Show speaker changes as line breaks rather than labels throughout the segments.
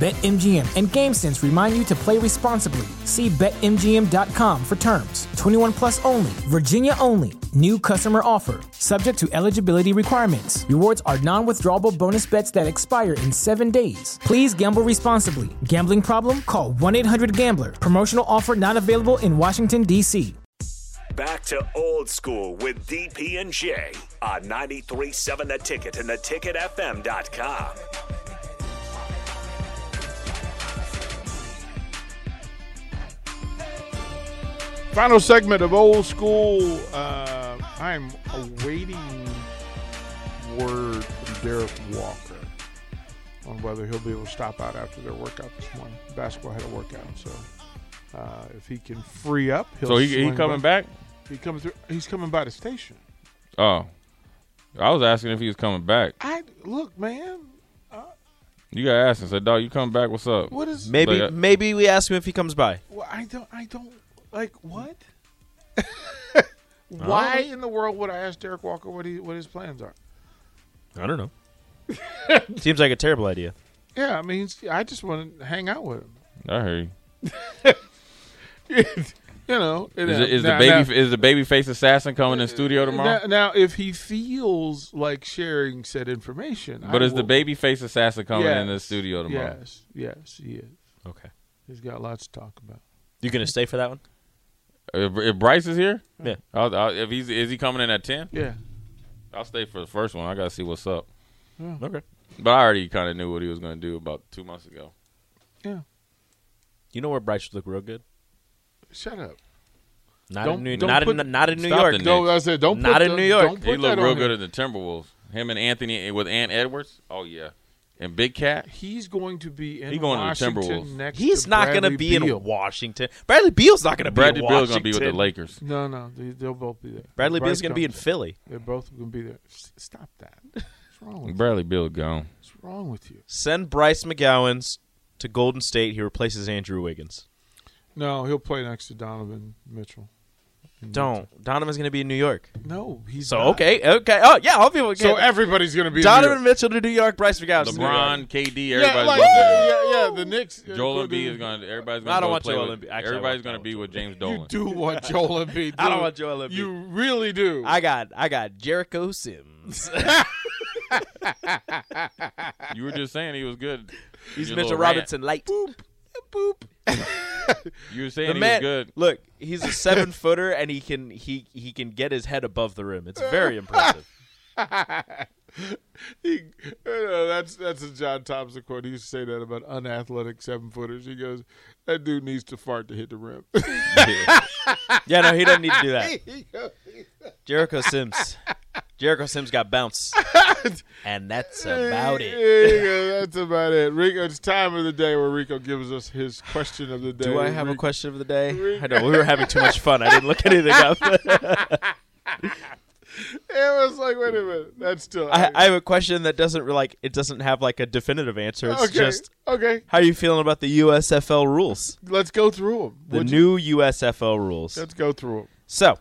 BetMGM and GameSense remind you to play responsibly. See BetMGM.com for terms. 21 plus only, Virginia only. New customer offer, subject to eligibility requirements. Rewards are non withdrawable bonus bets that expire in seven days. Please gamble responsibly. Gambling problem? Call 1 800 Gambler. Promotional offer not available in Washington, D.C.
Back to old school with DP and J on 93.7 The Ticket and theticketfm.com.
Final segment of old school. Uh, I'm awaiting word from Derek Walker on whether he'll be able to stop out after their workout this morning. Basketball had a workout, so uh, if he can free up, he'll
So he, he
swing
coming back?
He comes. Through, he's coming by the station.
Oh, I was asking if he was coming back.
I look, man.
You got asked and said, "Dog, you coming back? What's up?"
What is?
Maybe
Like, uh,
maybe we ask him if he comes by.
Well, I don't. I don't like what. Why in the world would I ask Derek Walker what he what his plans are?
I don't know. Seems like a terrible idea.
Yeah, I mean, he's- I just want to hang out with him.
I heard you.
you know, and,
Is,
uh,
it, is
now-
the baby
now-
is the baby face assassin coming in studio tomorrow?
Now, now, if he feels like sharing said information,
but
I
is the
will-
baby face assassin coming in the
Yes,
studio tomorrow?
Yes, yes, he is.
Okay.
He's got lots to talk about.
You gonna stay for that one?
If, if Bryce is here,
Yeah.
I'll, I'll, if he's is he coming in at ten?
Yeah,
I'll stay for the first one. I gotta see what's up.
Okay.
But I already kind of knew what he was gonna do about two months ago.
yeah.
You know where Bryce should look real good?
Shut up.
Not
Don't-
in New
don't
not
put-
in not in New
Stop
York.
the
No,
Knicks.
I said don't.
Not
put
in
the-
New York.
Don't put
He looked
that
real
on
good
him.
at the Timberwolves. Him and Anthony eh, with Ant Edwards. Oh yeah, and Big Cat.
He's going to be in
He going to the
Washington
Timberwolves.
next.
He's
to
not
Bradley
gonna be
Beal.
in Washington. Bradley Beal's not gonna
Bradley
be in
Bill's
Washington.
gonna be with the Lakers.
No, no, they, they'll both be there.
Bradley
Bryce
Beal's gonna be in
comes.
Philly.
They're both going to be there. S- Stop that. What's wrong with you?
Bradley Bill gone.
What's wrong with you?
Send Bryce McGowan's to Golden State. He replaces Andrew Wiggins.
No, he'll play next to Donovan Mitchell.
Don't. Donovan's gonna be in New York.
No, he's
So
not.
okay, okay. Oh yeah, all people.
So
So
everybody's going to be in
Donovan
New York.
Mitchell to New York. Bryce McGowan. to New York.
LeBron, KD, everybody's
Yeah, like,
gonna be there.
yeah, yeah, the Knicks. uh,
Joel Embiid is going. to Everybody's going.
I don't
go
want
play
Joel
with-
Embiid. Actually, I
everybody's
want-
going
I
to
want
be
Joel
with
Embiid.
James
You
Dolan.
do want Joel Embiid.
I don't
dude.
want Joel Embiid.
You really do.
I got I got Jericho Sims.
You were just saying he was good.
He's
Your
Mitchell
little rant.
Robinson light. Boop. Boop.
You were saying
The
he
man,
was good.
look, he's a seven footer, and he can he he can get his head above the rim. It's very impressive.
He, you know, that's that's a John Thompson quote. He used to say that about unathletic seven footers. He goes, "That dude needs to fart to hit the rim."
Yeah, no, he doesn't need to do that.
He goes,
Jericho Sims, Jericho Sims got bounced, and that's about it.
There you go. That's about it. Rico, it's time of the day where Rico gives us his question of the day.
Do I have a
Rico-
question of the day? I know we were having too much fun. I didn't look anything up.
It was like, wait a minute. That's still.
I, I have a question that doesn't really, like it doesn't have like a definitive answer. It's
okay.
just
okay.
how are you feeling about the USFL rules?
Let's go through them.
The new USFL rules.
let's go through them.
So,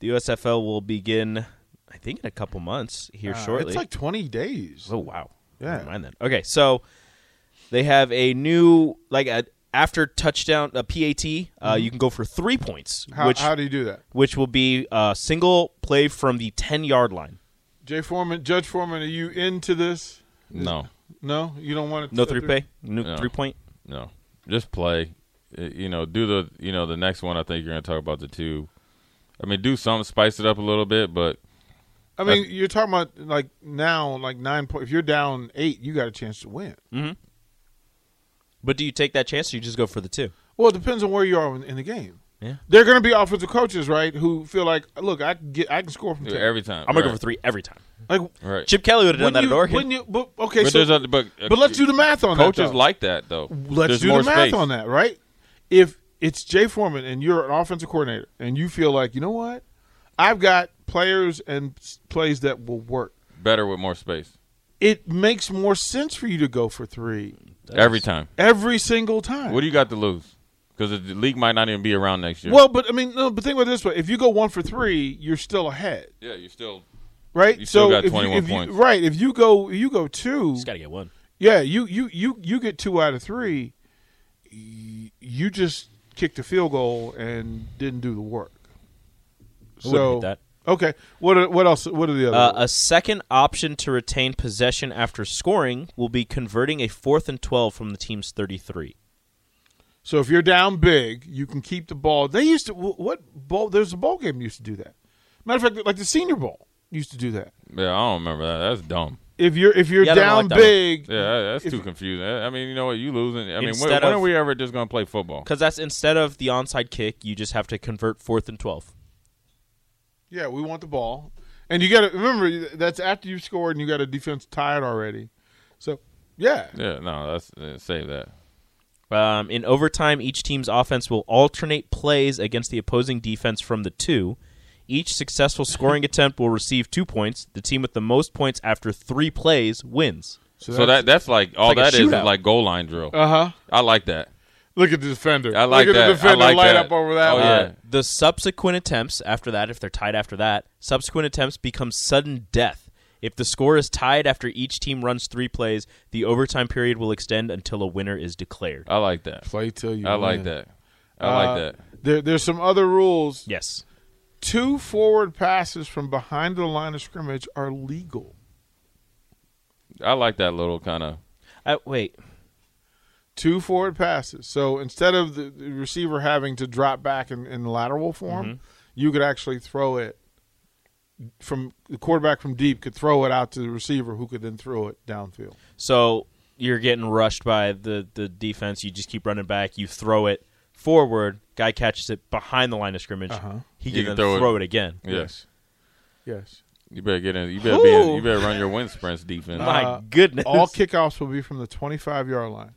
the USFL will begin, I think, in a couple months here shortly.
Uh, It's like twenty days.
oh wow,
Yeah.
Never mind then. Okay, so they have a new like a, after touchdown a PAT, uh, you can go for three points,
Mm-hmm. How,
which
how do you do that?
which will be a single play from the ten yard line.
Jay Foreman, Judge Foreman, are you into this?
No,
No, you don't want to.
No three pay, no,
No.
three point.
no. Just play. Uh, You know, do the. You know, the next one. I think you're going to talk about the two. I mean, do some spice it up a little bit, but
I
Uh,
mean, you're talking about like now, like nine point. If you're down eight, you got a chance to win.
But do you take that chance, or you just go for the two?
Well, it depends on where you are in, in the game.
Yeah.
They're going to be offensive coaches, right? Who feel like, look, I can get, I can score from
Do
ten.
it every time.
I'm gonna go
Right.
for three every time.
Like,
Right.
Chip Kelly would have done
wouldn't you,
that at Oregon.
wouldn't you, but, okay,
but,
so,
there's other, but, uh,
but let's do the math on that.
coaches
though.
like that though.
Let's
There's
do
more
the math
space.
on that, right? If it's Jay Foreman and you're an offensive coordinator and you feel like, you know what, I've got players and s- plays that will work.
Better with more space
It makes more sense for you to go for three
every time.
every single time.
What do you got to lose? Because the league might not even be around next year.
well, but I mean, no, but think about it this way: if you go one for three, you're still ahead,
yeah, you're still.
right?
You still
so
got
if you-
21
if you,
points.
right? If you go, you go two.
Just gotta get one.
Yeah, you you you you get two out of three. y- You just kicked a field goal and didn't do the work.
wouldn't
So
hate that.
okay, what are- what else? What are the
Uh,
other?
a second option to retain possession after scoring will be converting a fourth and twelve from the team's thirty-three.
so if you're down big, you can keep the ball. They used to wh- what bowl? There's a bowl game used to do that. Matter of fact, like the Senior Bowl used to do that.
Yeah, I don't remember that. That's dumb.
If you're if you're
Yeah, I don't
down
like that one.
big,
Yeah, that- that's
If-
too confusing. I I mean, you know what? You losing. I mean, when,
Instead
when
of-
are we ever just gonna play football?
Because that's instead of the onside kick, you just have to convert fourth and twelve.
yeah, we want the ball, and you got to remember that's after you've scored and you got a defense tied already. So yeah,
Yeah, no, that's uh, save that.
Um, in overtime, each team's offense will alternate plays against the opposing defense from the two. Each successful scoring attempt will receive two points. The team with the most points after three plays wins.
So that that's like all
like a
that is is
shootout.
like goal line drill.
uh huh.
I like that.
Look at the defender.
I like
Look at
that.
the
I
defender
like
light
that.
up over that
Oh,
one.
yeah.
Uh, the subsequent attempts after that, if they're tied after that, subsequent attempts become sudden death. If the score is tied after each team runs three plays, the overtime period will extend until a winner is declared.
I like that.
Play till you.
I like
win.
that. I
Uh,
like that.
There, there's some other rules.
Yes.
Two forward passes from behind the line of scrimmage are legal.
I like that little kind of.
Uh, wait.
Two forward passes. So instead of the, the receiver having to drop back in, in lateral form,
Mm-hmm.
you could actually throw it from the quarterback from deep could throw it out to the receiver who could then throw it downfield.
So you're getting rushed by the, the defense. You just keep running back. You throw it forward. Guy catches it behind the line of scrimmage. He
Uh-huh. You
can
can
then
throw
throw,
it-
it. again.
Yes.
Yes.
You better get in. You better be. In,
Ooh.
you better run your wind sprints defense.
My
Uh,
goodness.
All kickoffs will be from the 25 yard line.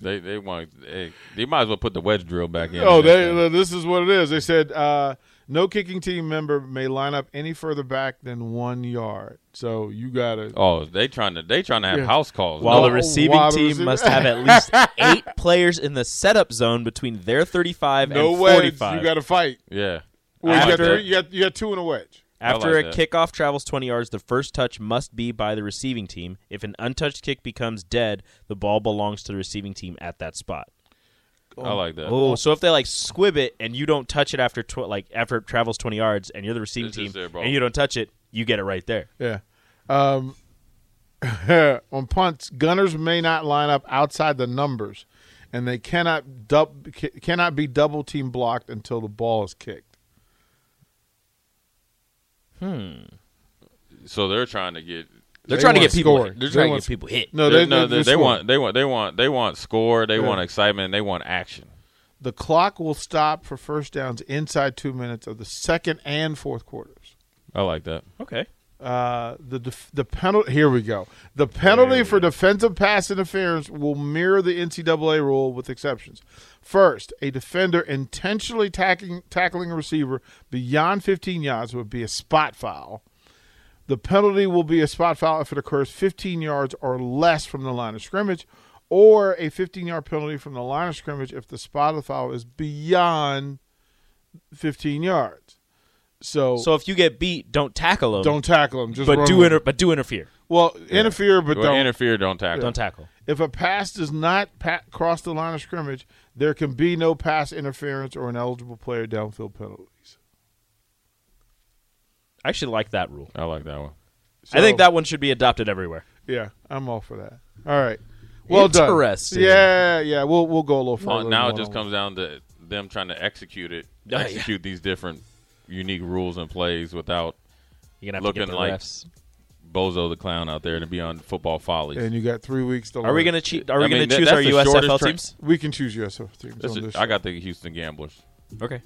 They they want. They, they might as well put the wedge drill back in.
Oh,
in that
they,
thing.
this is what it is. They said uh, no kicking team member may line up any further back than one yard. So you got to.
Oh, they trying to. They trying to have
Yeah.
house calls.
while
No,
the receiving
while the
team
receiv-
must have at least eight players in the setup zone between their 35
No
and
wedge.
45.
You got to fight.
yeah.
Well, you,
I
got
like
three,
that.
you, got, you got two in a wedge.
After
like
a
that.
kickoff travels 20 yards, the first touch must be by the receiving team. If an untouched kick becomes dead, the ball belongs to the receiving team at that spot.
I like that.
Oh, so if they like squib it and you don't touch it after tw- like after it travels 20 yards and you're the receiving
It's
team
just their ball.
and you don't touch it, you get it right there.
Yeah. Um, on punts, gunners may not line up outside the numbers, and they cannot dub, ca- cannot be double team blocked until the ball is kicked.
So they're trying to get.
They're
They
trying to
want
get people
score.
hit.
They
They're trying to
want-
get people hit.
No,
they,
they,
no, they, they
score.
want. They want. They want. They want score. They
Yeah.
want excitement. They want action.
The clock will stop for first downs inside two minutes of the second and fourth quarters.
I like that.
Okay.
Uh, the def- the penalty. Here we go. The penalty for defensive pass interference will mirror the NCAA rule with exceptions. First, a defender intentionally tackling tackling a receiver beyond 15 yards would be a spot foul. The penalty will be a spot foul if it occurs 15 yards or less from the line of scrimmage, or a 15 yard penalty from the line of scrimmage if the spot of the foul is beyond 15 yards. So,
So if you get beat, don't tackle them.
don't tackle him. Just
but
run
do
with
inter- but do interfere.
well, interfere, but
Well,
don't.
interfere. Don't tackle.
Don't tackle.
if a pass does not pa- cross the line of scrimmage, there can be no pass interference or an eligible player downfield penalties.
I actually like that rule.
I like that one.
I think
So,
that one should be adopted everywhere.
Yeah, I'm all for that. All right. Well done.
Interesting.
Yeah, yeah. We'll we'll go a little further.
Well, now
than
it just
one-on-one.
comes down to them trying to execute it,
yeah.
execute these different unique rules and plays without
You're gonna have to
Looking
get the
like-
refs.
Bozo the clown out there to be on football follies.
And you got three weeks to.
Are we
learn.
gonna cheat? Are we
I mean,
gonna
that-
choose
that's
our
the shortest
USFL
tra-
teams?
We can choose yes. I think,
That's
on
it.
this
I got the Houston Gamblers.
Okay.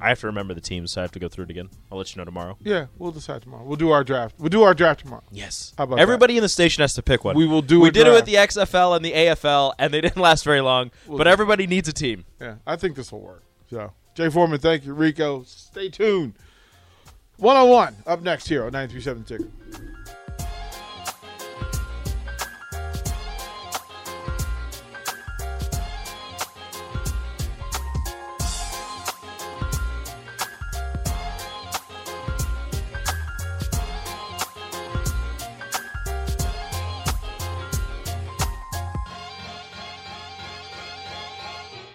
I have to remember the teams, so I have to go through it again. I'll let you know tomorrow.
Yeah, we'll decide tomorrow. We'll do our draft. We'll do our draft tomorrow.
Yes.
How about
Everybody in the station has to pick one.
We will do
We
a
did it with
draft.
the XFL and the AFL, and they didn't last very long. but everybody needs a team.
Yeah, I think this will work. So, Jay Foreman, thank oh you, Rico. Stay tuned. One on one up next here on 937 Ticker.